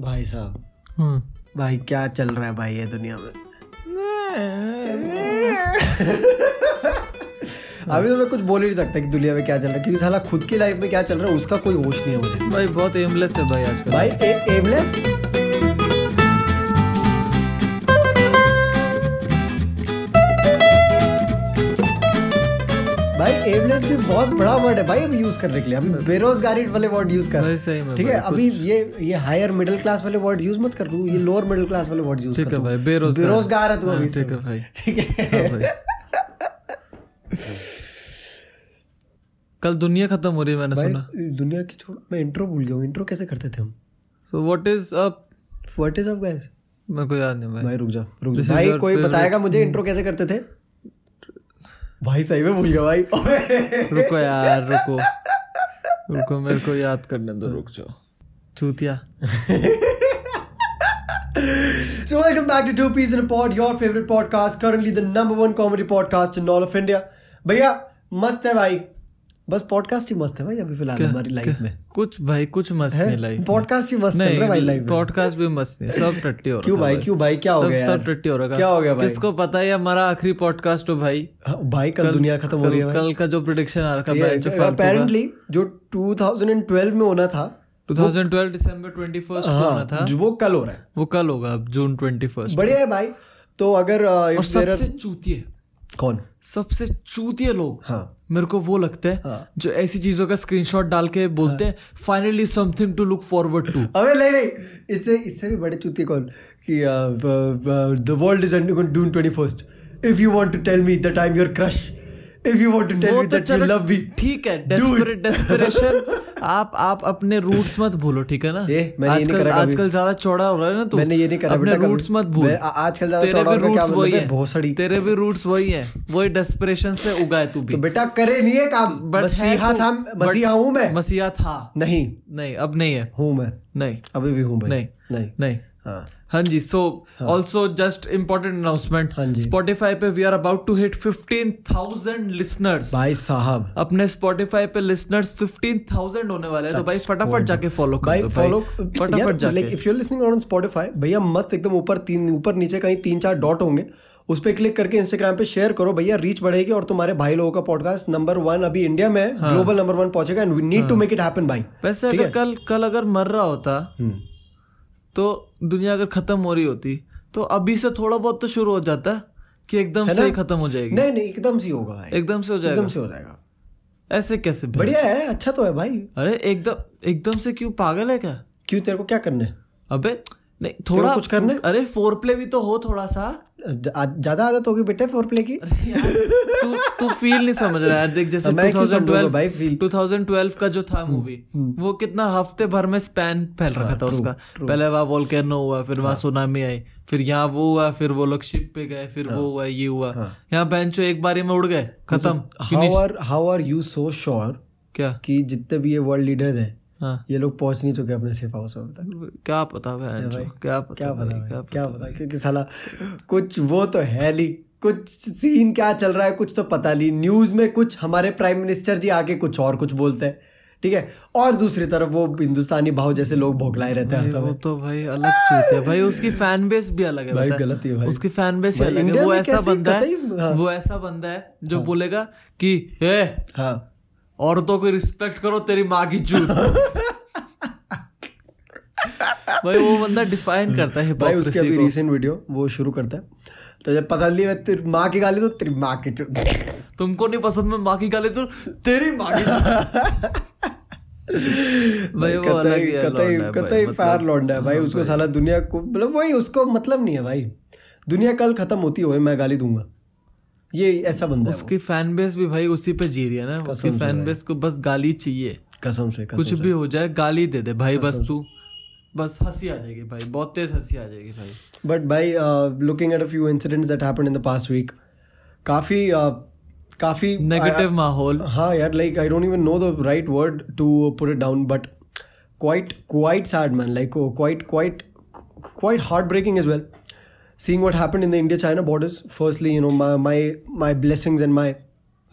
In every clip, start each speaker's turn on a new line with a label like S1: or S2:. S1: भाई साहब
S2: हम्म
S1: भाई क्या चल रहा है भाई ये दुनिया में अभी तो मैं कुछ बोल ही नहीं सकता कि दुनिया में क्या चल रहा है क्योंकि साला खुद की लाइफ में क्या चल रहा है उसका कोई होश नहीं है मुझे
S2: भाई बहुत एमलेस है भाई आजकल
S1: भाई ए- aimless? भाई एमलेस भी बहुत बड़ा वर्ड है भाई अभी यूज करने के लिए हम बेरोजगारी वाले वर्ड यूज कर रहे
S2: भाई
S1: हैं।
S2: सही में
S1: ठीक है
S2: भाई,
S1: अभी ये ये हायर मिडिल क्लास वाले वर्ड यूज मत कर तू ये लोअर मिडिल क्लास वाले वर्ड यूज
S2: ठीक है भाई, बेरोजगार।
S1: बेरोजगार है तू
S2: हाँ,
S1: अभी
S2: ठीक है
S1: से।
S2: भाई।
S1: तो ठीक है
S2: हाँ भाई। कल दुनिया खत्म हो रही है मैंने सुना
S1: भाई दुनिया की छोड़ मैं इंट्रो भूल गया हूँ इंट्रो कैसे करते थे हम
S2: so what is up
S1: what is up guys
S2: मेरे को याद नहीं भाई
S1: भाई रुक जा रुक
S2: This
S1: जा
S2: is
S1: भाई
S2: your
S1: कोई
S2: favorite-
S1: बताएगा मुझे इंट्रो कैसे करते थे भाई सही में भूल गया भाई
S2: रुको यार रुको रुको मेरे को याद करने दो रुक जाओ चूतिया
S1: so welcome back to Two Peas in a Pod, your favorite podcast, currently the number one comedy podcast in all of India. भैया मस्त है भाई बस पॉडकास्ट ही मस्त है भाई अभी फिलहाल हमारी लाइफ में
S2: कुछ भाई कुछ मस्त नहीं लाइफ
S1: पॉडकास्ट ही मस्त चल रहा है भाई
S2: नहीं
S1: लाइफ में
S2: पॉडकास्ट भी मस्त नहीं सब टट्टी हो रखा
S1: क्यों भाई
S2: है
S1: क्यों भाई क्या हो
S2: सब-
S1: गया
S2: सब
S1: यार
S2: टट्टी हो रखा है।
S1: क्या हो गया भाई?
S2: किसको पता है ये हमारा आखिरी पॉडकास्ट हो भाई
S1: हाँ, भाई कल दुनिया खत्म हो रही है
S2: कल,
S1: भाई
S2: कल का जो प्रिडिक्शन आ रखा है जो फालतू का
S1: अपेरेंटली जो 2012 में होना था
S2: 2012 दिसंबर 21st को होना था
S1: हाँ जो वो कल हो रहा है
S2: वो कल होगा अब जून 21st
S1: बढ़िया है भाई तो अगर अ,
S2: और
S1: if there
S2: सबसे चूतिए
S1: are- कौन
S2: सबसे चूतिए लोग
S1: हाँ
S2: मेरे को वो लगते हैं
S1: हाँ।
S2: जो ऐसी चीजों का स्क्रीनशॉट डाल के बोलते हैं finally something to look forward to
S1: अबे नहीं नहीं इससे इससे भी बड़े चूती कौन कि the world is ending on June 21st if you want to tell me the time your crush if you want to tell
S2: वो
S1: मी
S2: तो
S1: दैट यू
S2: चलो
S1: लव मी
S2: ठीक है desperate desperation आप आप अपने रूट्स मत भूलो ठीक है ना
S1: ए, मैंने ये नहीं
S2: आजकल
S1: करा कभी।
S2: आजकल ज्यादा चौड़ा हो रहा है ना तू
S1: मैंने ये नहीं करा
S2: अपने
S1: बेटा कभी।
S2: रूट्स मत भूल
S1: मैं आ- आजकल ज्यादा
S2: तेरे
S1: चौड़ा
S2: भी
S1: होना क्या
S2: रूट्स
S1: मतलब
S2: वही
S1: है?
S2: है
S1: भोसड़ी।
S2: तेरे भी रूट्स वही है वही डेस्परेशन से उगा है तू
S1: तो
S2: भी
S1: बेटा करे नहीं है काम
S2: But
S1: मसीहा
S2: है तू-
S1: था
S2: but-
S1: मसीहा हूँ मैं
S2: मसीहा था
S1: नहीं
S2: नहीं अब नहीं है
S1: हूँ मैं
S2: नहीं
S1: अभी भी हूँ भाई
S2: नहीं।
S1: नहीं
S2: नहीं
S1: हाँ
S2: हाँ जी so also just important announcement
S1: हाँ जी।
S2: स्पॉटिफाई पे we are about to hit 15000 listeners
S1: भाई साहब
S2: अपने स्पॉटिफाई पे लिसनर्स 15000 होने वाले हैं तो भाई फटाफट जाके फॉलो कर
S1: भाई
S2: दो
S1: फॉलो
S2: फटाफट जाके
S1: like if you are listening on Spotify भैया मस्त एकदम ऊपर तीन ऊपर नीचे कहीं तीन चार डॉट होंगे उस पर क्लिक करके इंस्टाग्राम पे शेयर करो भैया रीच बढ़ेगी और तुम्हारे भाई लोगों का पॉडकास्ट नंबर वन अभी इंडिया में है
S2: हाँ।
S1: ग्लोबल नंबर वन पहुंचेगा and we need to make it happen भाई
S2: वैसे अगर कल कल अगर मर रहा होता तो दुनिया अगर खत्म हो रही होती तो अभी से थोड़ा बहुत तो शुरू हो जाता कि एकदम
S1: है
S2: से
S1: ना?
S2: ही खत्म हो जाएगी
S1: नहीं नहीं एकदम से ही होगा भाई
S2: एकदम से हो
S1: एकदम
S2: जाएगा
S1: से हो जाएगा
S2: ऐसे कैसे भाई?
S1: बढ़िया है अच्छा तो है भाई
S2: अरे एकदम एकदम से क्यों पागल है क्या
S1: क्यों तेरे को क्या करना है
S2: अबे नहीं थोड़ा
S1: कुछ करना है?
S2: अरे फोर प्ले भी तो हो थोड़ा सा
S1: ज्यादा आदत होगी बेटे फोर प्ले की
S2: यार, तू तू फील नहीं समझ रहा है देख जैसे
S1: तो मैं क्यों समझूंगा
S2: 2012
S1: भाई feel? हम्म,
S2: 2012 का जो था मूवी वो कितना हफ्ते भर में स्पैन फैल
S1: हाँ,
S2: रखा था उसका पहले वहाँ वोल्केनो हुआ फिर वहाँ सुनामी आई फिर यहाँ वो हुआ फिर वो लोग शिप पे गए फिर
S1: हाँ।
S2: वो हुआ ये हुआ यहाँ बेंचो एक बारी में उड़ गए खत्म
S1: how are how are you so sure
S2: क्या
S1: कि जितने भी ये वर्ल्ड लीडर्स हैं
S2: हाँ
S1: ये लोग पहुंच नहीं चुके अपने सेफ हाउस में अभी तक
S2: क्या पता भाई क्या पता
S1: क्या पता
S2: भाई,
S1: भाई, क्या पता क्योंकि साला कुछ वो तो है ली कुछ सीन क्या चल रहा है कुछ तो पता नहीं न्यूज में कुछ हमारे प्राइम मिनिस्टर जी आके कुछ और कुछ बोलते हैं ठीक है और दूसरी तरफ वो हिंदुस्तानी भाव जैसे लोग भोगलाए रहते हैं हर
S2: वो
S1: समय
S2: तो भाई अलग चूत है भाई उसकी फैन बेस भी अलग है
S1: भाई,
S2: पता
S1: गलत ही है भाई।
S2: उसकी फैन बेस ही
S1: भाई,
S2: अलग है
S1: इंडिया
S2: वो
S1: में
S2: ऐसा
S1: कैसी
S2: बंदा है
S1: कतई- हाँ।
S2: वो ऐसा बंदा है जो बोलेगा कि ए
S1: हाँ
S2: औरतों की रिस्पेक्ट करो तेरी माँ की चूत भाई वो बंदा डिफाइन करता है
S1: भाई उसके
S2: हिपोक्रेसी
S1: अभी
S2: को
S1: रिसेंट वीडियो वो शुरू करता है तो जब पसंद नहीं मैं तेरी माँ की गाली तो तेरी माँ की चो-
S2: तुमको नहीं पसंद मैं माँ की गाली तो तेरी माँ की भाई वो अलग ही
S1: कतई-
S2: लौंडा
S1: कतई
S2: है भाई,
S1: कतई
S2: मतलब-
S1: फायर लौंडा है भाई
S2: हाँ,
S1: उसको साला दुनिया को मतलब वही उसको मतलब नहीं है भाई दुनिया कल खत्म होती हो मैं गाली दूंगा ये ऐसा बंदा है वो।
S2: उसकी फैन बेस भी भाई उसी पे जी रही है ना उसकी
S1: कसम से
S2: फैन
S1: भाई।
S2: बेस को बस गाली चाहिए
S1: कसम से कसम
S2: कुछ
S1: से।
S2: भी हो जाए गाली दे दे भाई बस तू बस हंसी आ जाएगी भाई बहुत तेज हंसी आ जाएगी भाई
S1: बट भाई uh, looking at a few incidents that happened in the past week काफी uh, काफी
S2: नेगेटिव माहौल
S1: I- हाँ यार like I don't even know the right word to put it down but quite quite sad man like quite quite quite heartbreaking is well seeing what happened in the India China borders firstly you know my my my blessings and my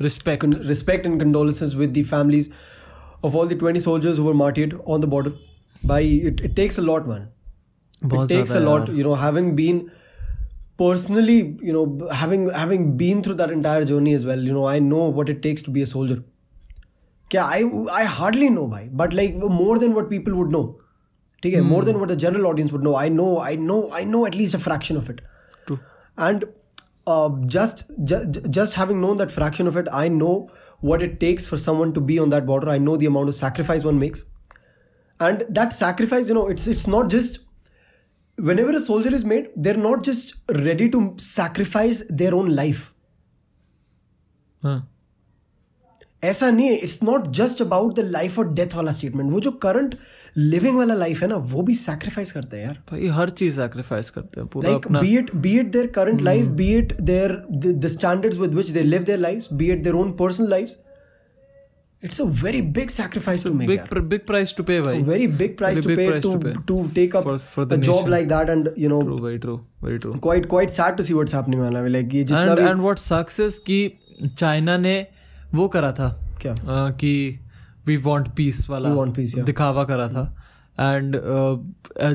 S2: respect
S1: con- respect and condolences with the families of all the 20 soldiers who were martyred on the border. By it, it takes lot, man. It takes a lot, you know, having been personally, you know, having been through that entire journey as well, you know, I know what it takes to be a soldier. I hardly know, bhai, but like more than what people would know. Okay, more than what the general audience would know. I know at least a fraction of it. True. And just having known that fraction of it, I know what it takes for someone to be on that border. I know the amount of sacrifice one makes. And that sacrifice, you know, it's it's not just whenever a soldier is made, they're not just ready to sacrifice their own life.
S2: हाँ
S1: ऐसा नहीं है it's not just about the life और death वाला statement वो जो current living वाला life है ना वो भी सैक्रिफाइस करते हैं यार
S2: भाई हर चीज सैक्रिफाइस करते हैं पूरा
S1: लाइक
S2: अपना हम्म।
S1: Be it be it their current life be it their the standards with which they live their life be it their own personal life it's a very big sacrifice to make
S2: big big price to pay भाई
S1: very big price
S2: Very
S1: to
S2: big
S1: pay
S2: price to
S1: to
S2: pay.
S1: To take up
S2: For- for
S1: a
S2: the
S1: job
S2: nation.
S1: Like that and you know
S2: true भाई true very true
S1: quite quite sad to see what's happening man. I mean, like ये जितना
S2: and
S1: भी
S2: and what success की China ने वो करा था
S1: क्या
S2: अ, कि वी वांट पीस वाला
S1: We want peace, yeah.
S2: दिखावा करा था एंड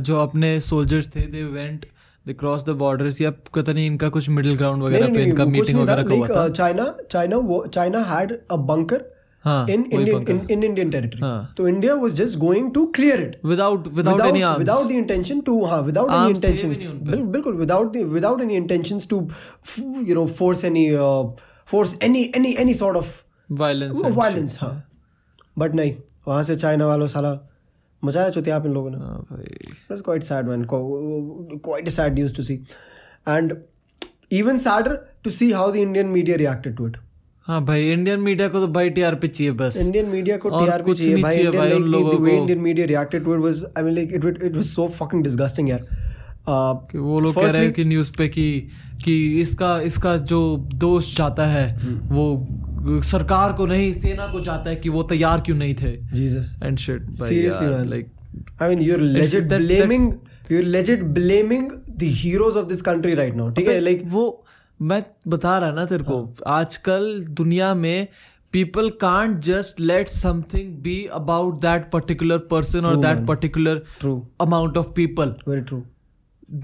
S2: जो अपने सोल्जर्स थे they went they cross the borders या पता नहीं इनका कुछ मिडिल ग्राउंड
S1: नहीं,
S2: वगैरह
S1: नहीं,
S2: पे इनका
S1: नहीं, कुछ
S2: मीटिंग
S1: नहीं था,
S2: वगैरह का हुआ
S1: like,
S2: था
S1: uh, China China wo- China had a bunker
S2: हाँ
S1: in
S2: वही
S1: Indian
S2: bunker.
S1: in, in Indian territory.
S2: हाँ.
S1: So India was just going to clear it
S2: without without any arms
S1: without the intention to हाँ without any
S2: Arms थे भी
S1: intentions
S2: नहीं उन पे।
S1: बिल- बिल्कुल without the without any intentions to f- you know force any uh, force any any any sort of
S2: violence and
S1: violence
S2: shit.
S1: हाँ but नहीं वहाँ से चाइना वालों साला मचाया चुतिया आप इन लोगों ने
S2: हाँ भाई
S1: It was quite sad, man. Qu- Quite a sad news to see. And even sadder to see how the Indian media reacted to it.
S2: हाँ भाई इंडियन मीडिया को तो भाई टीआरपी चाहिए बस
S1: Indian media को
S2: और
S1: TRP
S2: कुछ
S1: चाहिए
S2: नहीं
S1: भाई.
S2: चाहिए
S1: Indian,
S2: भाई
S1: like,
S2: उन
S1: the,
S2: लोगों
S1: the way
S2: को।
S1: Indian media reacted to it was, I mean, like, it, it, it was so fucking disgusting, यार. Uh,
S2: कि वो लोग कह रहे हैं कि न्यूज पे कि कि इसका इसका जो दोष जाता है
S1: हम्म।
S2: वो सरकार को नहीं सेना को जाता है कि वो तैयार क्यों नहीं थे
S1: Jesus.
S2: And shit
S1: Seriously, man.
S2: Like
S1: I mean, you're legit
S2: that's- that's-
S1: blaming. You're legit blaming the heroes of this country right now. ठीक है? Like, हाँ।
S2: वो मैं बता रहा ना तेरे को आजकल दुनिया में people can't just let something be about that particular person और that particular
S1: true.
S2: Amount of people
S1: Very true.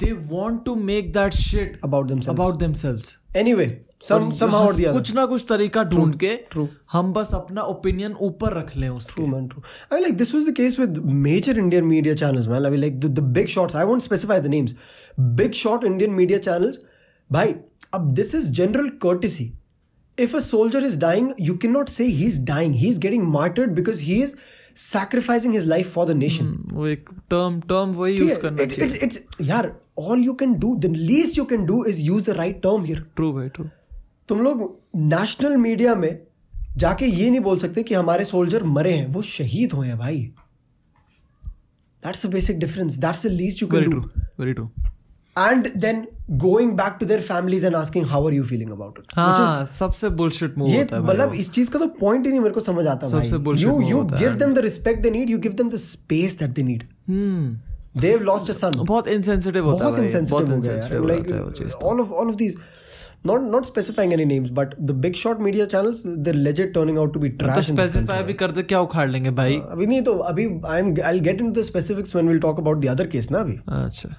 S2: They want to make that shit
S1: About themselves.
S2: About themselves
S1: Anyway, some, somehow or the other.
S2: कुछ ना कुछ तरीका ढूंढ के
S1: true.
S2: हम बस अपना ओपिनियन ऊपर रख लें उसके
S1: True, man. True. I mean, like this was the case with major Indian media channels, man. I mean, like the, the big shots. I won't specify the names. Big shot Indian media channels. Bhai, ab this is general courtesy. If a soldier is dying, you cannot say he's dying. He's getting martyred because he is sacrificing his life for the nation.
S2: हम्म, वो एक term term वही use करना
S1: It's,
S2: चाहिए
S1: it's, it's, yaar, all you can do, the least you can do is use the right term here.
S2: True भाई true
S1: तुम लोग national media में जाके ये नहीं बोल सकते कि हमारे सोल्जर मरे हैं वो शहीद हुए हैं भाई that's a basic difference that's the least you
S2: very
S1: can
S2: true
S1: do
S2: very true
S1: and then going back to their families and asking how are you feeling about it
S2: हाँ सबसे बुलशिट मूव
S1: ये
S2: होता है भाई
S1: मतलब इस चीज का तो पॉइंट ही नहीं मेरे को समझ आता
S2: सबसे
S1: भाई
S2: bullshit
S1: यू
S2: move
S1: यू
S2: होता है
S1: give them the respect they need you give them the space that they need
S2: hmm
S1: they have lost a son
S2: बहुत इनसेंसिटिव होता है
S1: बहुत
S2: भाई, बहुत
S1: insensitive हो गया
S2: insensitive
S1: यार
S2: हो
S1: like
S2: जाता है वो तो। चीज
S1: all of all of these not not specifying any names but the big shot media channels they're legit turning out to be
S2: तो
S1: trash in this country.
S2: Specify भी करते क्या उखाड़ लेंगे भाई
S1: अभी नहीं तो अभी I am I get into the specifics when we'll talk about the other case ना अभी
S2: अच्छा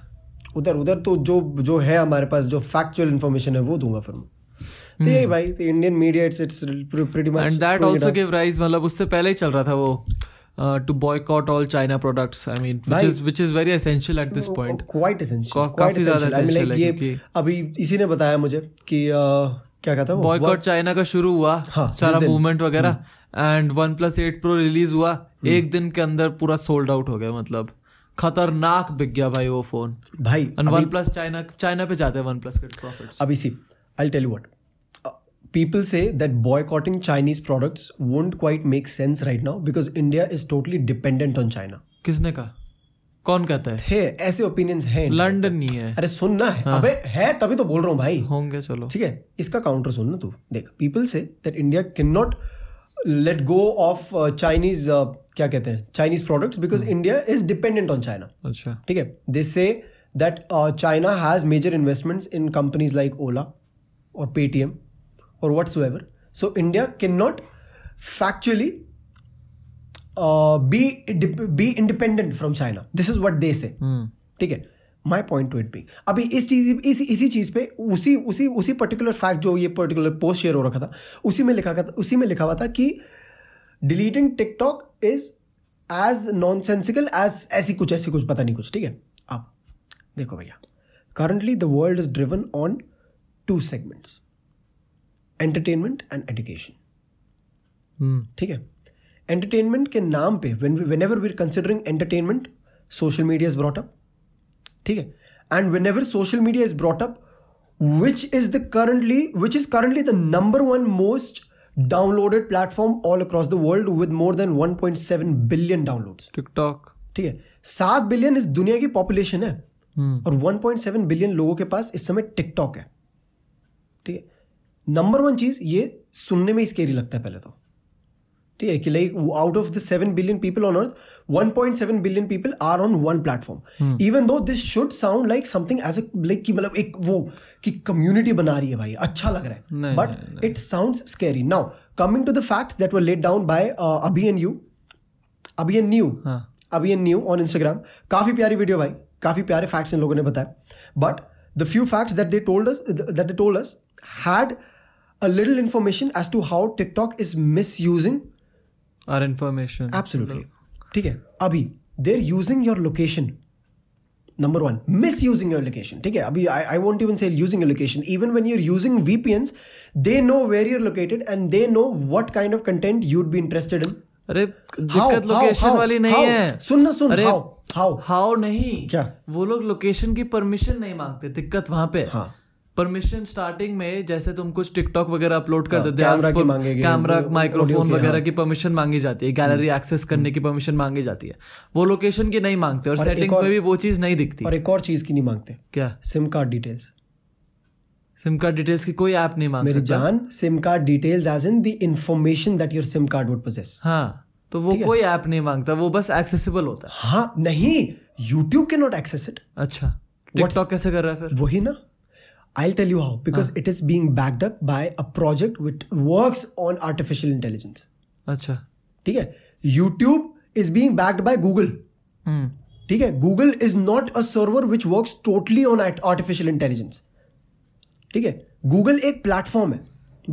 S1: उधर उधर तो जो जो है हमारे पास जो फैक्चुअल इन्फॉर्मेशन है वो दूंगा फिर मैं तो यही
S2: Hmm.
S1: भाई Indian media it's it's pretty much
S2: and that also give rise मतलब उससे पहले ही चल रहा था वो uh, to boycott all China products I mean which
S1: भाई-
S2: is which is very essential at this point
S1: quite essential
S2: का-
S1: क्वाइट
S2: काफी ज्यादा
S1: essential I mean
S2: essential
S1: like
S2: है
S1: ये
S2: क्योंकि-
S1: अभी इसी ने बताया मुझे कि अ, क्या कहता है वो?
S2: बॉयकॉट चाइना का शुरू हुआ
S1: हाँ, जिस
S2: सारा
S1: दिन। हम्म।
S2: मूवमेंट वगैरह and one plus eight pro release हुआ एक दिन के अंदर पूरा सोल्ड आउट हो गया मतलब खतरनाक बिक गया भाई वो फोन
S1: भाई
S2: and one plus China China पे जाते हैं वन प्लस के profits
S1: Abhi, see, I'll tell you what. Uh, People say that boycotting Chinese products won't quite make sense right now because India is totally dependent on China.
S2: किसने कहा कौन कहता है
S1: है ऐसे ओपिनियंस हैं
S2: लंदन नहीं है
S1: अरे सुनना है अबे है तभी तो बोल रहा हूँ भाई
S2: होंगे चलो
S1: ठीक है इसका काउंटर सुनना तू देख people say that India can not let go of Chinese uh, क्या कहते हैं Chinese products because India is dependent on China
S2: अच्छा
S1: ठीक है they say that China has major investments in companies like Ola और पेटीएम और what's ever so India can not factually uh, be be independent from China this is what they say
S2: हम्म
S1: ठीक है my point to it be अभी इस चीज इस इसी चीज़ पे उसी उसी उसी पर्टिकुलर फैक्ट जो ये पर्टिकुलर पोस्ट शेयर हो रखा था उसी में लिखा था उसी में लिखा हुआ था कि deleting TikTok is as nonsensical as ऐसी कुछ ऐसी कुछ पता नहीं कुछ ठीक है आप देखो भैया currently the world is driven on two segments entertainment and education
S2: हम्म।
S1: ठीक है एंटरटेनमेंट के नाम पे whenever we're considering entertainment social media is brought up ठीक है and whenever social media is brought up which is the currently which is currently the number one most downloaded platform all across the world with more than 1.7 billion downloads
S2: TikTok
S1: ठीक है सात billion इस दुनिया की population है
S2: हम्म। Hmm.
S1: और 1.7 billion लोगों के पास इस समय टिकटॉक है ठीक है नंबर वन चीज ये सुनने में स्केरी लगता है पहले तो ठीक है कि like out of the seven billion people on earth 1.7 billion people are on one
S2: Hmm.
S1: Platform even though this should sound like something as a like कि मतलब एक वो कि कम्युनिटी बना रही है भाई अच्छा लग रहा है
S2: नहीं,
S1: but it sound scary now coming to the facts that were let down by Abhi and you Abhi and new
S2: हाँ
S1: Abhi and new on Instagram काफी प्यारी वीडियो भाई काफी प्यारे फैक्ट्स इन लोगों ने बताया but the few facts that they told us that they told us had a little information as to how TikTok is misusing
S2: और इन्फॉर्मेशन
S1: एब्सोल्युटली ठीक है अभी they're using your location number one misusing your location ठीक है अभी I I want even say using your location even when you're using VPNs they know where you're located and they know what kind of content you'd be interested in
S2: अरे दिक्कत location वाली नहीं है
S1: सुन ना सुन
S2: अरे
S1: हाउ हाउ
S2: हाउ नहीं
S1: क्या?
S2: वो लोग लोकेशन की परमिशन नहीं मांगते दिक्कत वहां पे
S1: हाँ।
S2: परमिशन स्टार्टिंग में जैसे तुम कुछ टिकटॉक वगैरह अपलोड कर देते
S1: कैमरा हाँ, की मांगेगी,
S2: कैमरा
S1: audio की,
S2: माइक्रोफोन
S1: हाँ। हम्म।
S2: वगैरह की परमिशन मांगी जाती है गैलरी एक्सेस करने की परमिशन मांगी जाती है वो लोकेशन की नहीं मांगते और
S1: और एक
S2: सेटिंग्स
S1: और-
S2: में भी वो चीज नहीं दिखती
S1: और एक और चीज की नहीं मांगते
S2: क्या
S1: SIM card details
S2: SIM card details की कोई ऐप नहीं मांग
S1: मेरी
S2: सकता
S1: जान SIM card details as in the information that your SIM card would possess
S2: हाँ तो वो कोई ऐप नहीं मांगता वो बस एक्सेसिबल होता है
S1: हाँ नहीं YouTube can not access it
S2: अच्छा टिकटॉक कैसे कर रहा है फिर
S1: वही ना I tell you how because it is being backed up by a project which works on artificial intelligence
S2: अच्छा
S1: ठीक है YouTube is being backed by Google
S2: हम्म
S1: ठीक है Google is not a server which works totally on artificial intelligence ठीक है Google एक platform है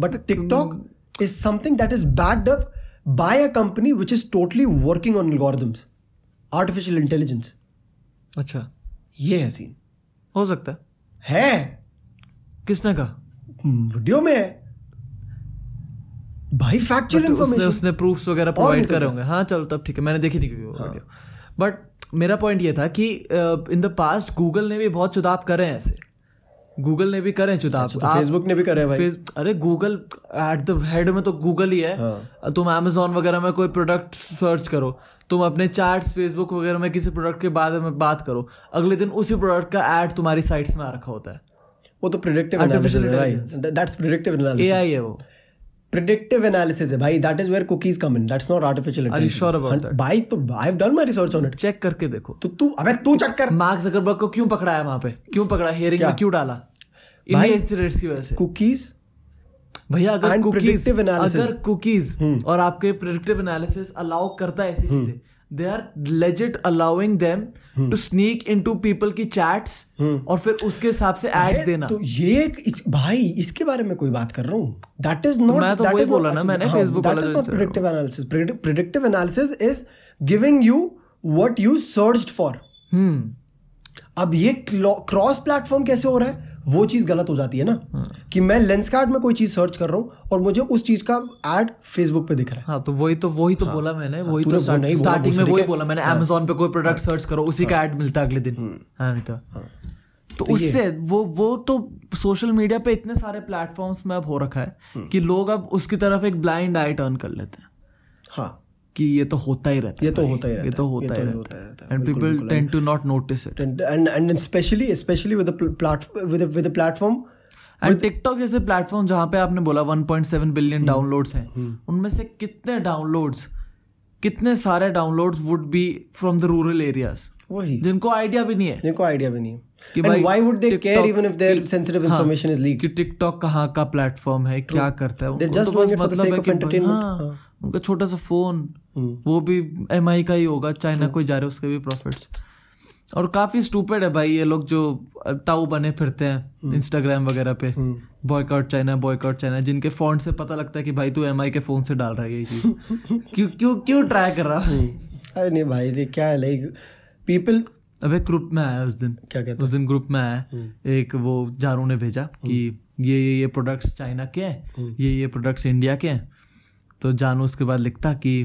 S1: but TikTok is something that is backed up by a company which is totally working on algorithms artificial intelligence
S2: अच्छा
S1: ये है scene
S2: हो सकता है
S1: है
S2: किसने कहा
S1: वीडियो में है भाई फैक्चुअल
S2: तो उसने
S1: इंफॉर्मेशन
S2: उसने प्रूफ्स वगैरह प्रोवाइड
S1: नहीं तो
S2: करे
S1: क्या।
S2: होंगे हाँ चलो तब ठीक है मैंने देखी नहीं क्योंकि
S1: हाँ।
S2: वो वीडियो बट मेरा पॉइंट ये था कि इन द पास्ट गूगल ने भी बहुत चुदाव करे हैं ऐसे गूगल ने भी करे हैं चुदाव आप-
S1: फेसबुक अच्छा, तो ने भी करा है भाई
S2: फेस अरे गूगल एट द हेड में तो गूगल ही है
S1: हाँ।
S2: तुम Amazon वगैरह में कोई प्रोडक्ट सर्च करो तुम अपने चार्ट्स फेसबुक वगैरह में किसी प्रोडक्ट के बारे में बात करो अगले दिन उसी प्रोडक्ट का ऐड तुम्हारी साइट्स में आ रखा होता है
S1: वो तो प्रिडिक्टिव
S2: Artificial
S1: एनालिसिस है भाई
S2: intelligence.
S1: That's predictive
S2: a
S1: analysis
S2: आई है वो
S1: predictive analysis है भाई that is where cookies come in that's not artificial
S2: Are you
S1: intelligence
S2: sure about
S1: And
S2: that?
S1: भाई तो I have done my research on it
S2: check करके देखो
S1: तो तू अबे तू चेक कर
S2: मार्क जकरबर्ग को क्यों पकड़ाया वहां पे क्यों पकड़ा हेयरिंग
S1: क्या?
S2: में क्यों डाला
S1: भाई-
S2: इन्हीं इंसिडेंट्स की वजह से
S1: cookies
S2: भैया अगर
S1: And
S2: कुकीज
S1: predictive analysis. हम्म।
S2: अगर कुकीज और आपके प्रिडिक्टिव एनालिसिस अलाउ करता है ऐसी चीजें they are legit allowing them
S1: hmm.
S2: To sneak into people की चैट्स और फिर उसके हिसाब से एड्स देना
S1: तो ये एक- इस, भाई इसके बारे में कोई बात कर रहा हूँ दैट इज नॉट
S2: मैं तो वही बोला ना, मैंने Facebook
S1: दैट
S2: वाला
S1: इज
S2: जो
S1: not
S2: incident
S1: predictive analysis predictive analysis is giving you what you searched for
S2: हम्म
S1: अब ये क्रॉस प्लेटफॉर्म कैसे हो रहा है वो चीज गलत हो जाती है ना
S2: हाँ।
S1: कि मैं लेंस कार्ड में कोई चीज सर्च कर रहा हूँ और मुझे उस चीज का एड फेसबुक पे दिख रहा है
S2: हाँ तो वही तो वही तो बोला मैंने वही
S1: हाँ, तूने
S2: तो
S1: वो नहीं बोला,
S2: स्टार्टिंग में
S1: दूसरी
S2: वही
S1: के-
S2: बोला मैंने अमेजोन पे कोई प्रोडक्ट
S1: हाँ।
S2: सर्च करो उसी का ऐड मिलता है अगले
S1: हम्म।
S2: दिन हाँ नहीं तो तो उससे वो वो तो सोशल मीडिया पे इतने सारे प्लेटफॉर्म्स में अब हो रखा
S1: हम्म।
S2: है कि लोग अब उसकी तरफ एक ब्लाइंड आई टर्न कर लेते हैं
S1: हाँ
S2: कि ये तो होता ही रहता
S1: ये तो
S2: भाई,
S1: होता ही
S2: ये
S1: रहता
S2: तो
S1: है,
S2: होता
S1: ये
S2: ही
S1: तो होता
S2: रहता
S1: ही रहता
S2: है
S1: है,
S2: एंड
S1: बिल्कुल,
S2: people tend to not notice it
S1: and and and especially especially with the pl- plat with a, with a platform
S2: and TikTok जैसे प्लेटफॉर्म जहां पे आपने बोला 1.7 बिलियन
S1: हम्म।
S2: डाउनलोड्स हैं उनमें से कितने डाउनलोड्स कितने सारे downloads would be from the rural areas
S1: वही
S2: जिनको आइडिया भी नहीं है
S1: जिनको आइडिया भी नहीं है
S2: कि
S1: and
S2: भाई
S1: why would they care
S2: TikTok
S1: even if their
S2: की-
S1: sensitive
S2: हाँ,
S1: information is leaked
S2: कि टिकटॉक कहाँ का प्लेटफॉर्म है क्या करता है उनको
S1: just
S2: तो बस
S1: doing it for the
S2: मतलब
S1: sake
S2: है
S1: of
S2: कि भाई,
S1: entertainment, Hmm.
S2: हाँ, उनका छोटा सा फोन वो भी एम का ही होगा चाइना कोई जा रहा है उसके भी प्रॉफिट्स और काफी स्टूपेड है भाई ये लोग जो ताऊ बने फिरते हैं
S1: Hmm.
S2: इंस्टाग्राम वगैरह पे बॉयकॉट चाइना बॉयकॉट चाइना जिनके फोन से पता लगता है कि भाई तू एम के फोन से डाल रहा है ये चीज क्यों क्यों क्यों ट्राई कर रहा है
S1: hmm। अरे नहीं भाई ये क्या है लाइक पीपल
S2: अबे ग्रुप में आया उस दिन
S1: क्या कहते
S2: उस दिन ग्रुप में आया
S1: हम्म।
S2: एक वो जारू ने भेजा कि ये ये ये प्रोडक्ट्स चाइना के
S1: हम्म।
S2: हैं ये ये प्रोडक्ट्स इंडिया के हैं तो जानू उसके बाद लिखता कि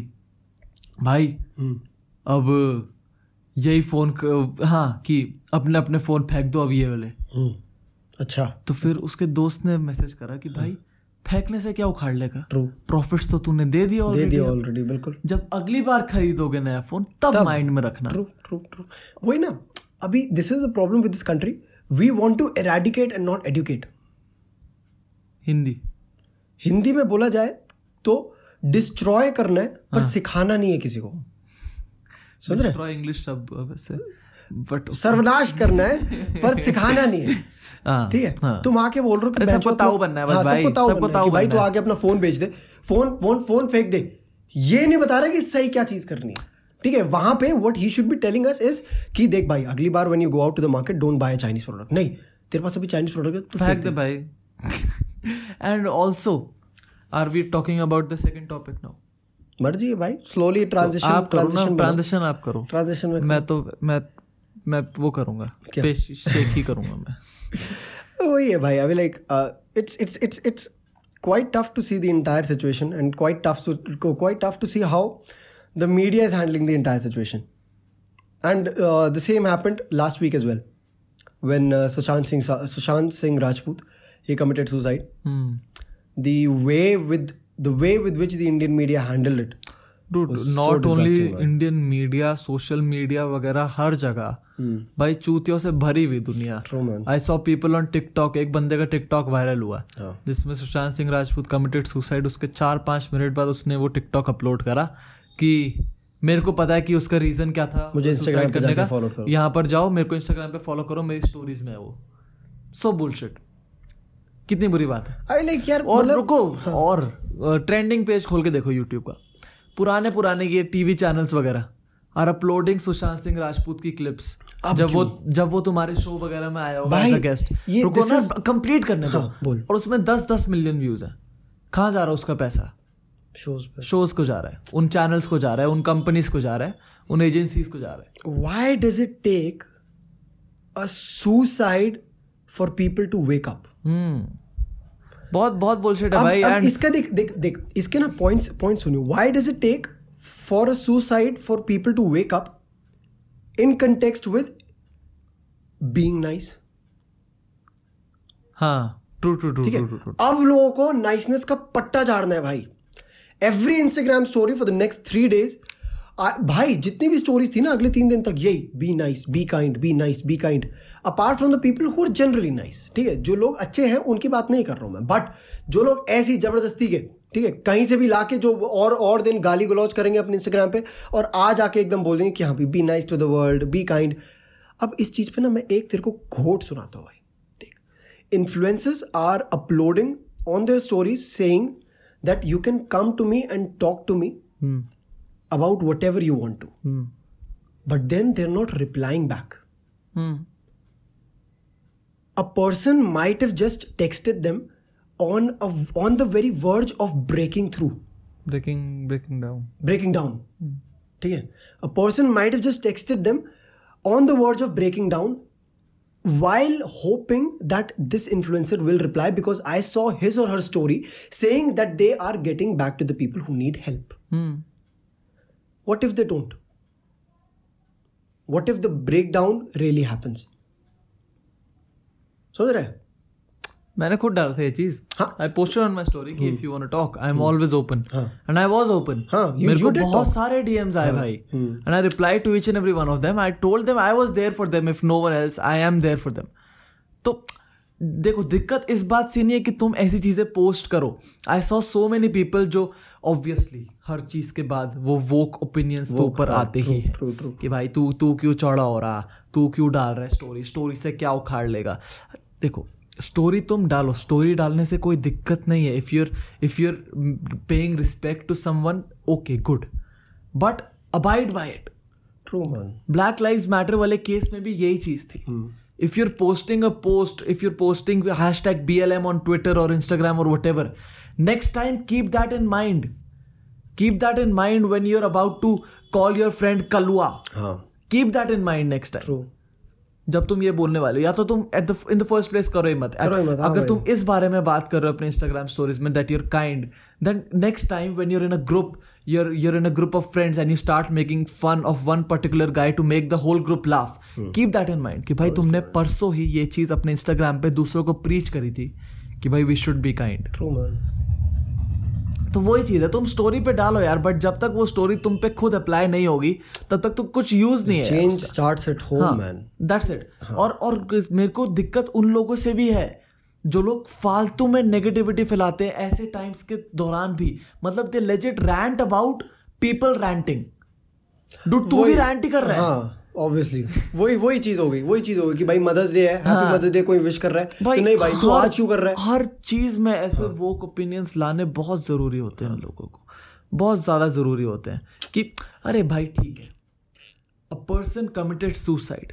S2: भाई
S1: Hmm,
S2: अब यही फोन क- हाँ कि अपने अपने फोन फेंक दो अब ये वाले
S1: हैं अच्छा
S2: तो फिर उसके दोस्त ने मैसेज करा कि भाई फेंकने से क्या उखाड़ लेगा
S1: ट्रू
S2: प्रॉफिट्स तो तूने दे दिया
S1: दे
S2: ऑलरेडी
S1: दिया ऑलरेडी बिल्कुल
S2: जब अगली बार खरीदोगे नया फोन तब माइंड में रखना
S1: ट्रू ट्रू ट्रू वही ना अभी this is the problem with this country we want to eradicate and not educate
S2: Hindi
S1: Hindi में बोला जाए तो डिस्ट्रॉय करना है पर
S2: हाँ।
S1: सिखाना नहीं है किसी को सुन रहे
S2: डिस्ट्रॉय इंग्लिश शब्द हुआ वैसे बट
S1: सर्वनाश करना है पर सिखाना नहीं है
S2: हाँ
S1: ठीक है
S2: हाँ
S1: तुम आके बोल रहे हो कि
S2: अरे
S1: बेंचो
S2: सबको
S1: अपना-
S2: ताऊ बनना है बस
S1: हाँ,
S2: भाई,
S1: सबको ताऊ
S2: सबको
S1: बनना है
S2: ताऊ
S1: कि भाई तू
S2: बनना है।
S1: आगे अपना फोन बेच दे फोन फोन फोन फेंक दे ये नहीं बता रहा कि सही क्या चीज करनी है ठीक है वहां पे what he should be telling us is कि देख भाई अगली बार when you go out to the market don't buy a Chinese product नहीं तेरे पास अभी चाइनीज प्रोडक्ट है तो
S2: फेंक दे भाई and also are we talking about the second topic now
S1: मर्जी है भाई स्लोली
S2: तो आप
S1: ट्रांजिशन
S2: करो
S1: ट्रांजिशन
S2: ना ट्रांजिशन आप करो
S1: ट्रांजिशन में
S2: मैं तो मैं मैं वो करूंगा
S1: क्या?
S2: पेश शेख ही करूंगा मैं
S1: वही है भाई अभी like it's it's it's it's quite tough to see the entire situation and quite tough quite tough to see how the media is handling the entire situation and the same happened last week as well when uh, sushant singh sushant singh rajput he committed suicide
S2: हम्म।
S1: the way with the way with which the indian media handled it
S2: dude
S1: was so
S2: not only
S1: disgusting, man.
S2: Indian media social media वगैरह हर जगह भाई चूतियों से भरी हुई दुनिया
S1: Hmm. true man
S2: I saw people on TikTok एक बंदे का टिकटॉक वायरल हुआ
S1: हाँ.
S2: जिसमें सुशांत सिंह राजपूत कमिटेड सुसाइड उसके चार पाँच मिनट बाद उसने वो टिकटॉक अपलोड करा कि मेरे को पता है कि उसका रीजन क्या था
S1: मुझे
S2: suicide
S1: Instagram पे जाके follow करो।
S2: यहाँ पर जाओ मेरे को इंस्टाग्राम पे फॉलो करो मेरी स्टोरीज में है वो सो बुलशिट कितनी बुरी बात है
S1: आई लाइक यार
S2: और रुको
S1: हाँ।
S2: और ट्रेंडिंग पेज खोल के देखो यूट्यूब का पुराने पुराने ये टीवी चैनल्स वगैरह आर अपलोडिंग सुशांत सिंह राजपूत की क्लिप्स
S1: अब
S2: जब वो जब वो तुम्हारे शो वगैरह में आया होगा
S1: भाई,
S2: एज गेस्ट
S1: ये
S2: रुको
S1: this
S2: ना
S1: is-
S2: कंप्लीट करने दो
S1: हाँ, बोल।
S2: और उसमें दस दस मिलियन व्यूज हैं कहाँ जा रहा है उसका पैसा
S1: shows
S2: शोज को जा रहा है उन चैनल्स को जा रहा है उन कंपनीज को जा रहा है उन एजेंसीज को जा रहा है
S1: why does it take a suicide for people to wake up
S2: हम्म बहुत बहुत बुलशिट है
S1: अब-
S2: भाई
S1: अब
S2: एंड
S1: इसका देख देख देख इसके ना पॉइंट्स पॉइंट सुनियो why does it take for a suicide for people to wake up in context with being nice
S2: हाँ ट्रू ट्रू ट्रू
S1: ठीक
S2: ट्रू ट्रू
S1: है अब लोगों को नाइसनेस का पट्टा झाड़ना है भाई every Instagram story for the next three days भाई जितनी भी स्टोरीज थी ना अगले तीन दिन तक यही be nice be kind be nice be kind apart from the people who are generally nice ठीक है जो लोग अच्छे हैं उनकी बात नहीं कर रहा हूं मैं बट जो लोग ऐसी जबरदस्ती के ठीक है कहीं से भी लाके जो और और दिन गाली गलौज करेंगे अपने इंस्टाग्राम पे और आज आके एकदम बोल देंगे कि हाँ भाई be nice to the world be kind अब इस चीज़ पे ना मैं एक तेरे को घोट सुनाता हूँ भाई देख influencers are uploading on their stories saying that you can come to me and talk to me
S2: हम्म
S1: about whatever you want to
S2: हम्म
S1: but then they're not replying back
S2: हम्म
S1: a person might have just texted them on a, on the very verge of breaking through
S2: breaking breaking down
S1: breaking down ठीक है a person might have just texted them on the verge of breaking down while hoping that this influencer will reply because i saw his or her story saying that they are getting back to the people who need help
S2: hmm
S1: what if they don't what if the breakdown really happens समझ रहे
S2: मैंने खुद डाला था ये चीज
S1: हाँ।
S2: I posted on my story कि if you want to talk I am always open
S1: हाँ।
S2: एंड आई वाज ओपन
S1: हाँ, you-
S2: मेरे
S1: you
S2: को
S1: did
S2: बहुत
S1: talk. हाँ। हम्म।
S2: सारे डीएम्स आए भाई and I reply to each and every one of them I told them I was there for them if no one else I am there for them तो देखो दिक्कत इस बात से नहीं है कि तुम ऐसी चीज़ें पोस्ट करो I saw so many people जो ऑब्वियसली हर चीज़ के बाद वो वोक ओपिनियंस तो ऊपर आते ही हैं
S1: हाँ, true, true.
S2: कि भाई तू तू क्यों चौड़ा हो रहा तू क्यों डाल रहा है स्टोरी स्टोरी से क्या उखाड़ लेगा देखो स्टोरी तुम डालो स्टोरी डालने से कोई दिक्कत नहीं है if your if your paying respect to someone okay good but abide by it
S1: true man
S2: black live matter वाले केस में भी यही चीज थी
S1: Hmm.
S2: If you are posting a post if you are posting hashtag B L M on Twitter और Instagram और whatever next time keep that in mind keep that in mind when you are about to call your friend कलुआ
S1: हाँ
S2: keep that in mind next time
S1: true
S2: जब तुम ये बोलने वाले हो या तो तुम at the in the first place करो ही मत
S1: करो ही मत, हाँ
S2: अगर
S1: भाई।
S2: तुम इस बारे में बात कर रहे हो अपने इंस्टाग्राम स्टोरीज में that your kind then next time when your in a group you're you're in a group of friends and you start making fun of one particular guy to make the whole group laugh
S1: Hmm.
S2: keep that in mind कि भाई तुमने परसों ही ये चीज अपने Instagram पे दूसरों को प्रीच करी थी कि भाई we should be kind
S1: true man
S2: तो वही चीज है तुम स्टोरी पे डालो यार बट जब तक वो स्टोरी तुम पे खुद अप्लाई नहीं होगी तब तक तो कुछ यूज नहीं है यार
S1: change starts at home man
S2: that's it हाँ,
S1: हाँ।
S2: और और मेरे को दिक्कत उन लोगों से भी है जो लोग फालतू में नेगेटिविटी फैलाते हैं ऐसे टाइम्स के दौरान भी मतलब they legit rant about people ranting dude तू भी रैंट ही कर रहा है
S1: हाँ ऑब्वियसली वही वही चीज हो गई वही चीज हो गई कि भाई मदर्स डे है हैप्पी मदर्स डे कोई विश कर रहा है कि तो नहीं भाई तू आज क्यों कर रहा है
S2: हाँ।
S1: हाँ।
S2: हर चीज में ऐसे वो ओपिनियंस लाने बहुत जरूरी होते हैं हम लोगों को बहुत ज्यादा जरूरी होते हैं कि अरे भाई ठीक है a person committed suicide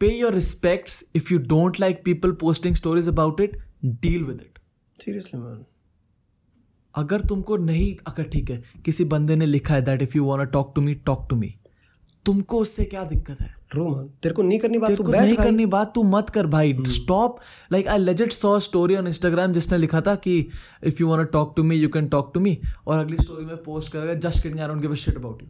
S2: pay your respects if you don't like people posting stories about it deal with it
S1: seriously man
S2: अगर तुमको नहीं अगर ठीक है किसी बंदे ने लिखा है that if you want talk to me talk to me तुमको उससे क्या दिक्कत है
S1: ट्रू मैन तेरे को नहीं करनी बात
S2: तेरे
S1: तू
S2: को
S1: बैठ
S2: नहीं
S1: भाई हम्म।
S2: करनी बात तू मत कर भाई stop like I legit saw story on Instagram जिसने लिखा था कि if you want talk to me you can talk to me और अगली स्टोरी में पोस्ट करेगा just kidding I don't give a shit about you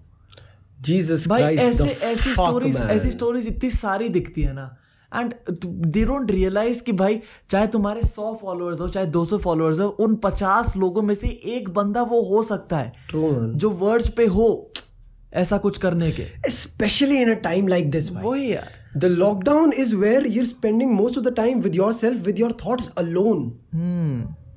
S1: Jesus
S2: भाई
S1: Christ
S2: ऐसे ऐसी स्टोरीज ऐसी स्टोरीज इतनी सारी दिखती है ना एंड दे डोंट रियलाइज कि भाई चाहे तुम्हारे सौ फॉलोअर्स हो चाहे दो सौ फॉलोअर्स हो उन पचास लोगों में से एक बंदा वो हो सकता है
S1: ट्रू मैन
S2: जो वर्ड्स पे हो ऐसा कुछ करने के
S1: specially in a time like this भाई
S2: वही यार
S1: The lockdown is where you're spending most of the time with yourself, with your thoughts alone.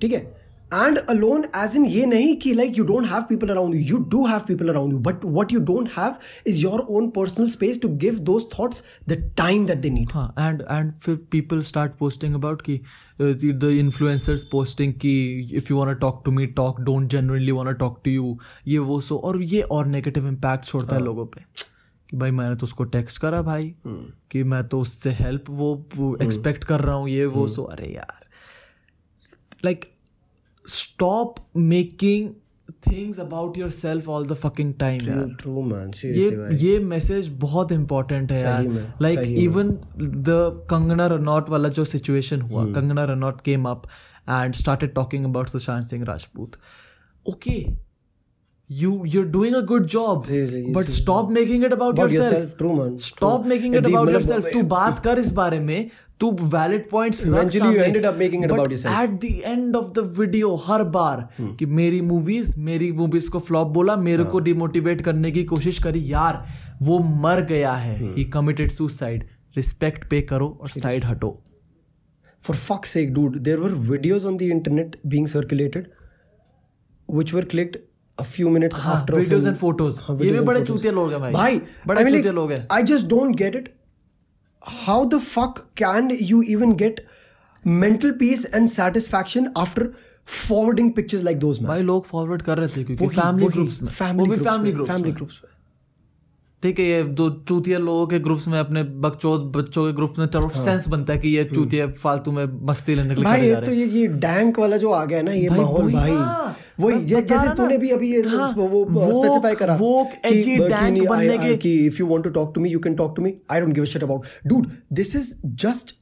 S1: ठीक है एंड अलोन एज इन ये नहीं कि like you don't have people around you you do have people around you but what you don't have is your own personal space to give those thoughts the time that they need
S2: हाँ and and फिर people start posting about कि the influencers posting कि if you want talk to me talk don't generally want talk to you ये वो सो और ये और नेगेटिव इम्पैक्ट छोड़ता है लोगों पे कि भाई मैंने तो उसको टेक्स्ट करा भाई कि मैं तो उससे हेल्प वो एक्सपेक्ट कर रहा हूँ ये वो सो अरे यार like stop making things about yourself all the fucking time यार
S1: ट्रू मैन
S2: ये ये मैसेज बहुत इंपॉर्टेंट है
S1: सही में,
S2: यार like even the Kangana Ranaut वाला जो सिचुएशन हुआ
S1: हम्म।
S2: Kangana Ranaut came up and started talking about Sushant Singh Rajput okay you you are doing a good job
S1: Seriously,
S2: but stop making it about
S1: About
S2: yourself
S1: yourself, true man,
S2: stop
S1: true.
S2: Making it
S1: Indeed,
S2: about
S1: मतलब
S2: yourself तू बात कर इस बारे में तू valid points
S1: Eventually you ended up making it about yourself. Hmm.
S2: At the end of the video हर बार कि मेरी मूवीज मेरी मूवीज को फ्लॉप बोला मेरे
S1: हाँ।
S2: को डिमोटिवेट करने की कोशिश करी यार वो मर गया है
S1: Hmm.
S2: ही कमिटेड सुसाइड रिस्पेक्ट पे करो और साइड हटो
S1: for fuck's sake, dude, there were videos on the internet being circulated which were clicked a few minutes after a
S2: videos
S1: film.
S2: And photos
S1: हाँ,
S2: ये
S1: videos
S2: भी
S1: and
S2: बड़े
S1: photos.
S2: चूतिया लोग हैं भाई
S1: भाई
S2: बड़े
S1: I mean,
S2: चूतिया
S1: like,
S2: लोग हैं
S1: I just don't get it. How the fuck can you even get mental peace and satisfaction after forwarding pictures like those, man?
S2: भाई लोग फॉरवर्ड कर रहे थे क्योंकि
S1: वही-
S2: फैमिली
S1: वही,
S2: ग्रुप्स में
S1: family
S2: वो भी
S1: groups
S2: फैमिली
S1: में,
S2: ग्रुप्स
S1: family
S2: में
S1: groups में.
S2: ठीक है ये दो चूतिया लोगों के ग्रुप्स में अपने बकचोद बच्चों के ग्रुप्स में तरफ सेंस बनता है कि ये चूतिया फालतू में मस्ती लेने के लिए
S1: हाँ। Hmm. भाई
S2: खड़े
S1: ये
S2: जा
S1: तो
S2: रहे हैं
S1: ये ये डैंक वाला जो आ गया है ना ये
S2: भाई,
S1: माहौल
S2: वही
S1: भाई
S2: ना।
S1: वही
S2: मैं
S1: ये-
S2: बता
S1: जैसे
S2: रहा
S1: तूने
S2: ना।
S1: भी अभी ये
S2: हाँ,
S1: वो
S2: woke-
S1: स्पेसिफाई करा
S2: woke
S1: कि-
S2: edgy
S1: कि
S2: dank
S1: नहीं,
S2: बनने
S1: I- I-
S2: के-
S1: कि if you want to talk to me you can talk to me I don't give a shit about dude this is just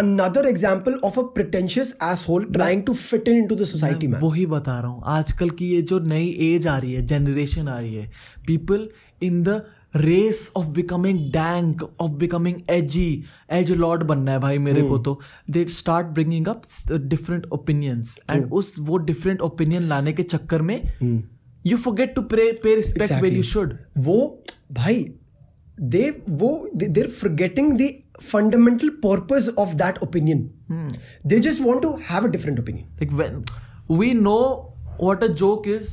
S1: another example of a pretentious asshole trying to fit in into the society man
S2: वही बता रहा हूँ आजकल की ये जो नई as आ रही है जनरेशन आ रही है people in the race of becoming dank of becoming edgy as Lord बनना है भाई मेरे
S1: Hmm.
S2: को तो they start bringing up different opinions
S1: Hmm.
S2: And उस वो डिफरेंट ओपिनियन लाने के चक्कर में you forget to pray pay respect where you should
S1: वो भाई दे वो they're forgetting the fundamental purpose of that opinion
S2: Hmm.
S1: they just want to have a different opinion
S2: like when we know what a joke is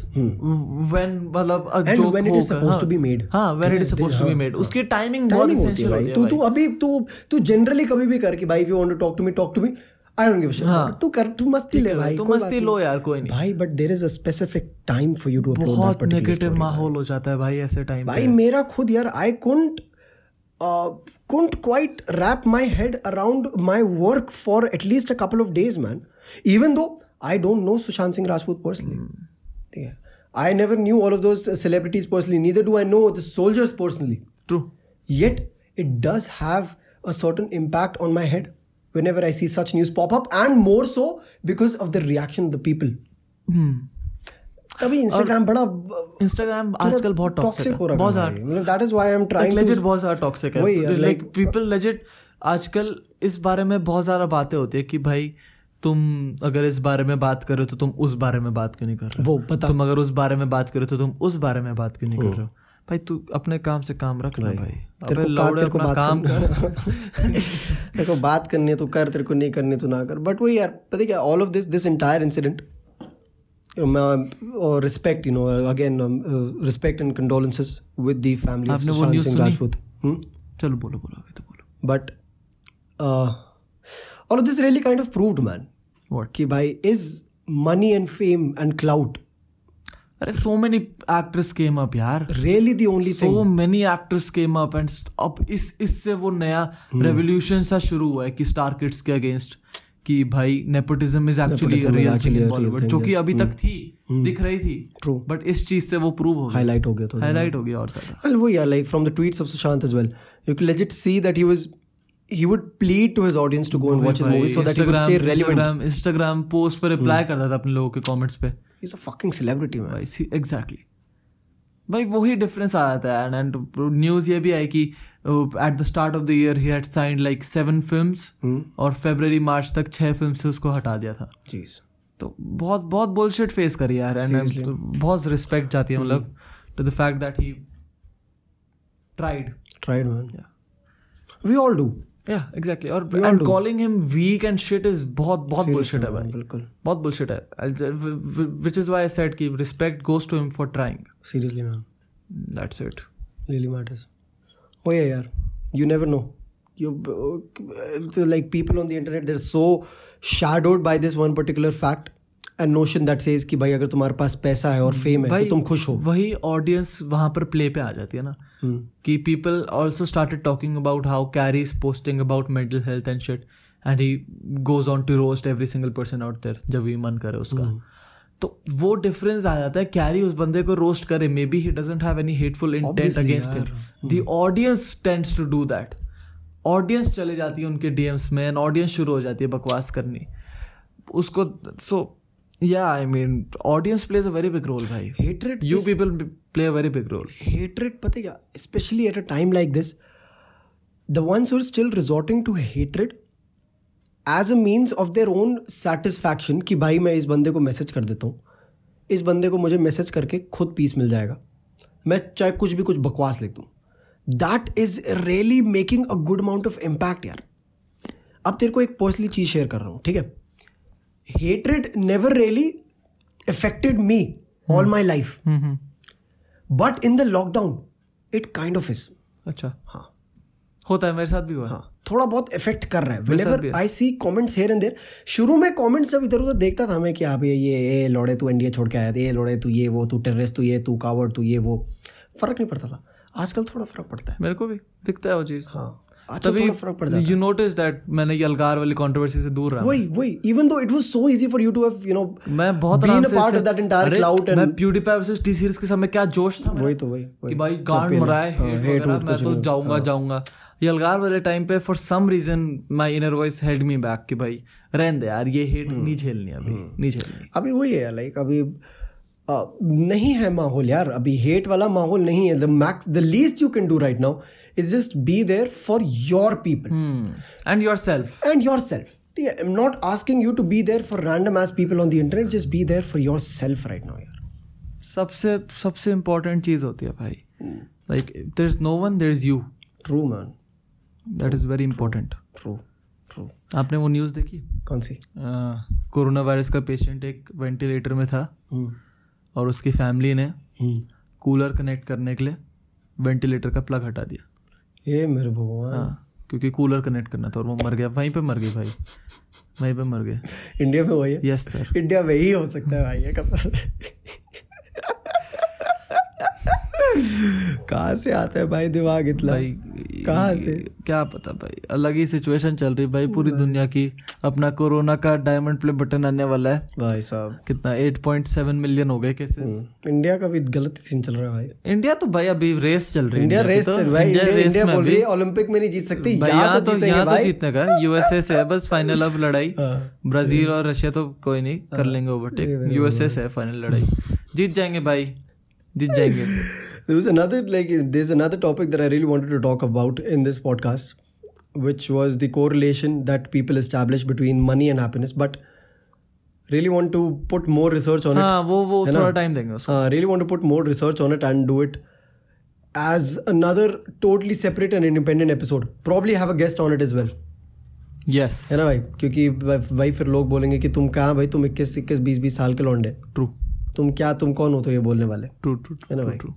S2: when मतलब a
S1: Hmm. And
S2: joke
S1: when it is
S2: होगा,
S1: supposed
S2: हाँ,
S1: to be made.
S2: हाँ when it is supposed to be made उसकी timing बहुत
S1: timing होती है
S2: essential
S1: भाई।
S2: होती है
S1: तू
S2: भाई
S1: तू अभी तू तू जनरली कभी भी कर कि भाई if you want to talk to me talk to me I don't give a
S2: हाँ।
S1: शिट तू कर तू मस्ती ले भाई
S2: तो
S1: कोई
S2: मस्ती
S1: बात
S2: लो यार कोई
S1: नहीं।
S2: नहीं
S1: भाई but there is a specific time for you to upload that
S2: बहुत
S1: पर्टिकुलर
S2: नेगेटिव माहौल हो जाता है भाई ऐसे टाइम
S1: भाई मेरा खुद यार uh, I couldn't couldn't quite wrap my head around my work for at least a couple of days man even though I don't know Sushant Singh Rajput personally
S2: Hmm।
S1: ठीक है I never knew all of those celebrities personally neither do I know the soldiers personally
S2: true
S1: yet it does have a certain impact on my head whenever I see such news pop up, and more so because of the reaction of the people.
S2: Hmm.
S1: तभी Instagram बड़ा
S2: Instagram आजकल बहुत toxic
S1: toxic हो
S2: है
S1: रखा
S2: बहुत
S1: है
S2: ज्यादा
S1: भाई। मतलब that is why I'm trying to-
S2: legit बहुत ज्यादा टॉक्सिक
S1: वही है,
S2: है लाइक
S1: like-
S2: पीपल लेजिट आजकल इस बारे में बहुत ज्यादा बातें होती है कि भाई तुम अगर इस बारे में बात कर रहे हो तो तुम उस बारे में बात क्यों नहीं कर रहे हो
S1: वो पता
S2: तुम अगर उस बारे में बात कर रहे हो तो तुम उस बारे में बात क्यों नहीं कर रहे हो भाई तू अपने काम से काम रख ले भाई
S1: तेरे
S2: अबे
S1: को बात
S2: लौड़े
S1: तेरे को
S2: अपना
S1: बात
S2: काम कर
S1: तेरे को बात करनी है तो कर तेरे को नहीं करनी है तो ना कर बट वही यार पता है क्या all of this this entire incident और respect you know again respect and condolences with the family of
S2: आपने वो
S1: सुशांत
S2: news
S1: सिंह
S2: सुनी?
S1: राजपूत हम्म?
S2: चलो बोलो बोलो अभी तो बोलो
S1: but uh, all of this really kind of proved man
S2: what
S1: कि भाई is money and fame and clout
S2: अरे so many actors came up यार
S1: really the only
S2: so many actors came up and अब इस इससे वो नया
S1: Hmm.
S2: Revolution सा शुरू हुआ है कि स्टार किड्स के अगेंस्ट कि भाई nepotism is actually
S1: Nepotism is
S2: real
S1: actually
S2: thing
S1: a
S2: in
S1: real
S2: Bollywood
S1: thing,
S2: जो कि
S1: yes. Hmm.
S2: अभी तक थी दिख रही थी
S1: True.
S2: बट इस चीज से वो प्रूव हो गई
S1: highlight हो गया तो। थोड़ा
S2: हाईलाइट हो गया और ज्यादा
S1: well वो yeah like from the tweets of Sushant as well you could legit see that he was he would plead to his audience to go and watch his movies so that he would stay relevant Hmm.
S2: Instagram Instagram post पर reply करता था अपने लोगों के comments पे
S1: he's a fucking celebrity man
S2: भाई see exactly भाई वही डिफरेंस आ जाता है एंड न्यूज़ ये भी आई कि at the start of the year he had signed like seven films
S1: Hmm.
S2: और फेबररी मार्च तक छह फिल्म से उसको हटा दिया था
S1: jeez
S2: तो बहुत बहुत बुलशिट फेस करी यार एंड बहुत रिस्पेक्ट जाती है मतलब to the fact that he tried
S1: tried man
S2: Yeah.
S1: we all do
S2: या एग्जैक्टली और
S1: We all
S2: and
S1: do.
S2: Calling him weak and shit is बहुत बहुत बुलशिट है भाई
S1: बिल्कुल
S2: बहुत बुलशिट है which is why I said कि respect goes to him for trying
S1: seriously man
S2: that's it
S1: really matters oh yeah yeah you never know you uh, like people on the internet they're so shadowed by this one particular fact and notion that says कि भाई अगर तुम्हारे पास पैसा है और fame है तो तुम खुश हो
S2: वही ऑडियंस वहां पर प्ले पे आ जाती है ना
S1: Hmm.
S2: कि people also started talking about how Carry is posting about mental health and shit and he goes on to roast every single person out there जब भी मन करे उसका
S1: Hmm.
S2: तो वो डिफरेंस आ जाता है कैरी उस बंदे को रोस्ट करे maybe he doesn't have any hateful intent
S1: Obviously
S2: against
S1: यार।
S2: Him the audience tends to do that audience चले जाती है उनके डीएम्स में एंड ऑडियंस शुरू हो जाती है बकवास करनी उसको so yeah I mean audience plays a very big role भाई
S1: hatred
S2: you people b- play a very big role
S1: hatred पता है क्या especially at a time like this the ones who are still resorting to hatred as a means of their own satisfaction कि भाई मैं इस बंदे को message कर देता हूँ इस बंदे को मुझे मैसेज करके खुद पीस मिल जाएगा मैं चाहे कुछ भी कुछ बकवास लिख दूँ that is really making a good amount of impact यार अब तेरे को एक पर्सनली चीज़ शेयर कर रहा हूँ ठीक है hatred never really affected me all my life
S2: hmm,
S1: but in the lockdown it kind of is
S2: अच्छा
S1: हाँ
S2: होता है मेरे साथ भी हुआ है
S1: हाँ थोड़ा बहुत इफेक्ट कर रहा है
S2: मेरे साथ भी
S1: Whenever
S2: है।
S1: I see comments here and there, शुरू में कमेंट्स जब इधर उधर देखता था मैं कि हाँ भैया ये ए लौड़े तू इंडिया छोड़ के आया था ए लौड़े तू ये वो तू टेररिस्ट तू ये तू कावड़ तू ये वो फर्क नहीं पड़ता था आजकल थोड़ा फर्क पड़ता है
S2: मेरे को भी दिखता है वो चीज
S1: हाँ आजकल थोड़ा फर्क पड़ता
S2: तभी यू नोटिस दैट मैंने ये अलगार वाली कंट्रोवर्सी से दूर
S1: है
S2: रहा
S1: वही वही even though it was so easy for you to have you know
S2: मैं बहुत
S1: Being
S2: आराम
S1: a
S2: से
S1: part
S2: इससे-
S1: of that entire
S2: अरे,
S1: clout and-
S2: मैं प्यूडीपाई वर्सेस टी सीरीज के समय क्या जोश था मेरा
S1: वही तो हाँ, वही
S2: कि
S1: वही
S2: भाई गांड मराए हेट वगैरह मैं तो
S1: हाँ।
S2: जाऊंगा जाऊंगा ये अलगार वाले टाइम पे for some reason my inner voice held me back कि भाई रहने दे यार ये हेट
S1: हम्म।
S2: नहीं झेलनी अभी नहीं झेलनी
S1: अभी वही है लाइक अभी अ, नहीं है माहौल यार अभी हेट वाला माहौल नहीं है the max the least you can do right now is just be there for your people
S2: and yourself
S1: and your self ठीक है I am not asking you to be there for random ass people on the internet just be there for your self right now यार
S2: सबसे सबसे important चीज होती है भाई
S1: Hmm.
S2: Like there is no one there is you
S1: true man
S2: that is very important
S1: true true
S2: आपने वो news देखी
S1: कौन सी
S2: कोरोना वायरस का पेशेंट एक वेंटिलेटर में था
S1: हम्म,
S2: और उसकी फैमिली ने
S1: हम्म। Hmm.
S2: कूलर कनेक्ट करने के लिए वेंटिलेटर का प्लग हटा दिया
S1: ये मेरे भगवान
S2: हाँ क्योंकि कूलर कनेक्ट करना था और वो मर गया वहीं पे मर गए भाई वहीं पे मर गए
S1: इंडिया में वही है
S2: यस सर
S1: इंडिया में ही हो सकता है भाई ये कसम से। कहाँ से आता है भाई दिमाग इतना
S2: भाई
S1: कहाँ से? Hmm.
S2: क्या पता भाई अलग ही सिचुएशन चल रही भाई पूरी दुनिया की अपना कोरोना का डायमंड प्ले बटन आने वाला है
S1: भाई साहब
S2: कितना 8.7 मिलियन हो गए केसेस
S1: इंडिया का भी गलत सीन चल रहा है भाई
S2: इंडिया तो भाई अभी रेस चल रही है
S1: इंडिया
S2: की
S1: रेस
S2: तो।
S1: चल भाई
S2: इंडिया
S1: इंडिया
S2: रेस
S1: इंडिया
S2: में
S1: बोल
S2: अभी-
S1: रही है ओलंपिक में नहीं जीत सकती
S2: भाई
S1: यहाँ तो जीतेंगे
S2: यहाँ तो
S1: भाई
S2: जीतने का यूएसए से है बस फाइनल अब लड़ाई
S1: हाँ।
S2: ब्राजील और रशिया तो कोई नहीं कर लेंगे ओवरटेक यूएसए से है फाइनल लड़ाई जीत जाएंगे भाई जीत जाएंगे
S1: there was another like there's another topic that i really wanted to talk about in this podcast which was the correlation that people establish between money and happiness but really want to put more research on it
S2: हाँ वो वो
S1: है ना?
S2: थोड़ा time देंगे उसको
S1: uh, really want to put more research on it and do it as another totally separate and independent episode probably have a guest on it as well
S2: yes
S1: है ना भाई क्योंकि भाई भाई फिर लोग बोलेंगे कि तुम कहाँ भाई तुम इक्कीस इक्कीस बीस बीस साल के लौंडे
S2: ट्रू
S1: तुम क्या तुम कौन हो तो ये बोलने वाले
S2: ट्रू ट्रू
S1: है ना भाई
S2: true.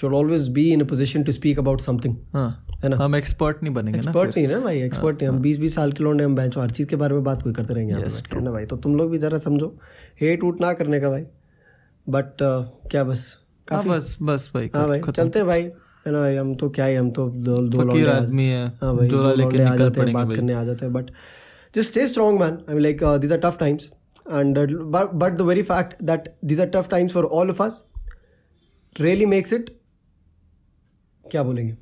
S1: should always be in a position to speak about something
S2: हाँ
S1: है ना
S2: हम एक्सपर्ट नहीं बनेंगे ना हाँ,
S1: एक्सपर्ट नहीं ना भाई एक्सपर्ट नहीं हम बीस बीस साल के लौंडे हम बेंच हर चीज़ के बारे में बात कोई करते रहेंगे यहाँ पे
S2: Yes,
S1: बैठ के, है ना भाई तो तुम लोग भी ज़रा समझो हेट ऊट ना करने का भाई बट क्या बस
S2: हाँ
S1: काफ़ी
S2: बस बस भाई
S1: हाँ
S2: खत-
S1: भाई
S2: खत्म।
S1: चलते हैं भाई है ना भाई हम तो क्या ही हम तो दो दो
S2: फकीर
S1: लौंडे आज-
S2: आदमी है
S1: हाँ भाई
S2: जोला
S1: दो
S2: लेके
S1: लौंडे आ
S2: निकल
S1: जाते हैं
S2: पड़ेंगे
S1: बात
S2: भाई
S1: करने आ जाते हैं but just stay strong man I like these are tough times and but the very fact that these are tough times for all of us really makes it क्या बोलेंगे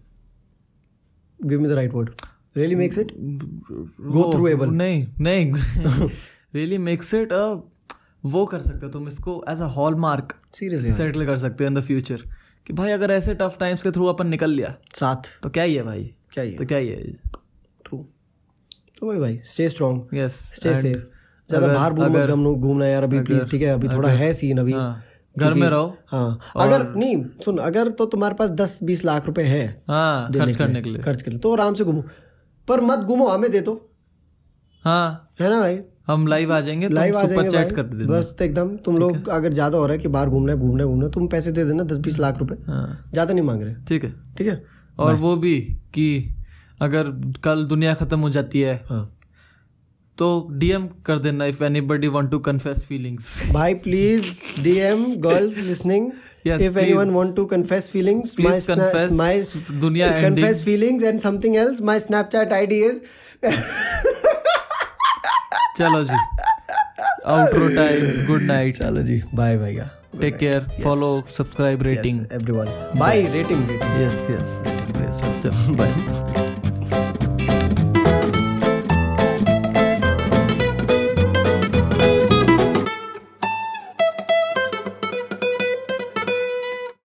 S1: give me the right word really makes it Go
S2: वो-
S1: throughable.
S2: नहीं नहीं really makes it वो कर सकते हो तुम इसको as a hallmark
S1: seriously
S2: settle कर सकते हो इन द फ्यूचर कि भाई अगर ऐसे टफ टाइम्स के थ्रू अपन निकल लिया
S1: साथ
S2: तो क्या ही है भाई
S1: क्या ये
S2: तो क्या ही है
S1: ट्रू तो भाई भाई stay strong
S2: yes
S1: stay safe ज्यादा
S2: अगर-
S1: बाहर घूम मत
S2: अगर-
S1: हम लोग घूमना यार अभी प्लीज ठीक है अभी थोड़ा है सीन अभी
S2: हाँ, घर में
S1: क्योंकि-
S2: रहो
S1: हाँ अगर नहीं सुन अगर तो तुम्हारे पास दस बीस लाख रुपए है
S2: हाँ
S1: देने
S2: खर्च करने के लिए
S1: खर्च के लिए तो आराम से घूमो पर मत घूमो हमें दे दो
S2: हाँ
S1: है ना भाई
S2: हम लाइव आ जाएंगे
S1: लाइव आ
S2: सुपर
S1: जाएंगे
S2: चैट
S1: भाई।
S2: कर देना
S1: बस तो एकदम तुम लोग अगर ज्यादा हो रहा है कि बाहर घूमना है घूमना है घूमना है तुम पैसे दे देना दस बीस लाख रुपए
S2: हाँ
S1: ज्यादा नहीं मांग रहे
S2: ठीक है
S1: ठीक है
S2: और वो भी कि अगर कल दुनिया खत्म हो जाती है
S1: हाँ
S2: तो डीएम कर देना if anybody want to confess feelings
S1: भाई please DM girls listening
S2: Yes,
S1: if anyone want to confess feelings
S2: Please
S1: my sna-
S2: confess
S1: my
S2: दुनिया
S1: confess feelings and something else my snapchat id is
S2: चलो जी outro time good night
S1: चलो जी bye भैया
S2: take care follow subscribe rating
S1: everyone bye rating rating
S2: yes yes bye